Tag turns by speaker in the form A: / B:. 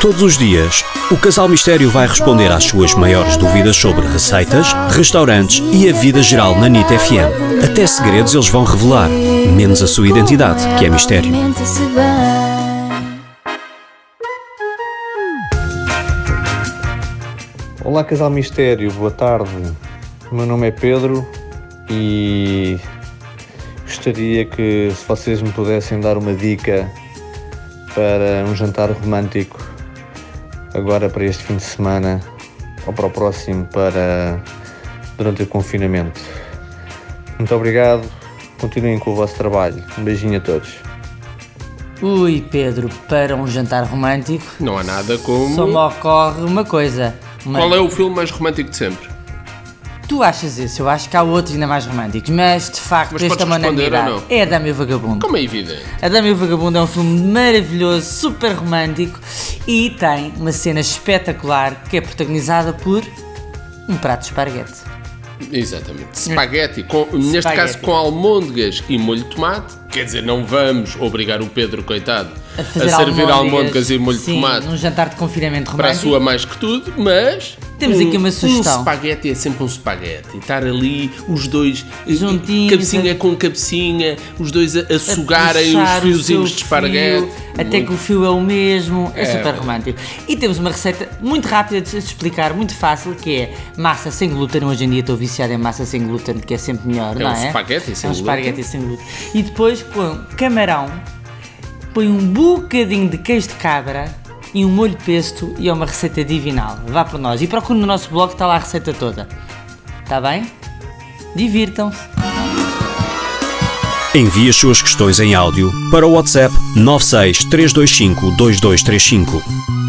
A: Todos os dias, o Casal Mistério vai responder às suas maiores dúvidas sobre receitas, restaurantes e a vida geral na NIT FM. Até segredos eles vão revelar, menos a sua identidade, que é mistério.
B: Experimenta-se bem.
C: Olá, Casal Mistério, boa tarde. O meu nome é Pedro e gostaria que, se vocês me pudessem dar uma dica para um jantar romântico, agora para este fim de semana ou para o próximo, para durante o confinamento. Muito obrigado, continuem com o vosso trabalho. Um beijinho a todos.
D: Ui, Pedro, para um jantar romântico
E: Não há nada
D: só me
E: como.
D: ocorre uma coisa. Mas
E: Qual é o filme mais romântico de sempre?
D: Tu achas isso? Eu acho que há outros ainda mais românticos, mas de facto
E: Mas
D: esta
E: podes responder ou
D: maneira
E: não?
D: é a Dama e o Vagabundo.
E: Como é evidente.
D: A Dama e o Vagabundo é um filme maravilhoso, super romântico e tem uma cena espetacular que é protagonizada por um prato de esparguete.
E: Exatamente. Spaghetti, com- neste
D: Spaghetti.
E: caso com almôndegas e molho de tomate. Quer dizer, não vamos obrigar o Pedro, coitado, a, servir almôndegas e molho de
D: sim, um
E: tomate
D: num jantar de confinamento
E: para a
D: romântico.
E: sua mais que tudo, mas.
D: Temos aqui uma sugestão.
E: Um espaguete é sempre um espaguete. Estar ali, os dois. eh,
D: Juntinhos,
E: Cabecinha
D: a-
E: com cabecinha, os dois a, a
D: a
E: sugarem
D: puxar
E: os
D: o
E: fiozinhos
D: seu
E: de espaguete.
D: fio, Até que o fio é o mesmo, é, super
E: é.
D: romântico. E temos uma receita muito rápida de se explicar, muito fácil, que é massa sem glúten. Hoje em dia estou viciado em massa sem glúten, que é sempre melhor,
E: É
D: não
E: um
D: é?
E: espaguete sem
D: é um
E: glúten.
D: espaguete sem glúten. E depois com camarão, põe um bocadinho de queijo de cabra e um molho pesto e é uma receita divinal. Vá por nós. E procure no nosso blog, está lá a receita toda. Está bem? Divirtam-se.
A: Envie as suas questões em áudio para o WhatsApp 963252235.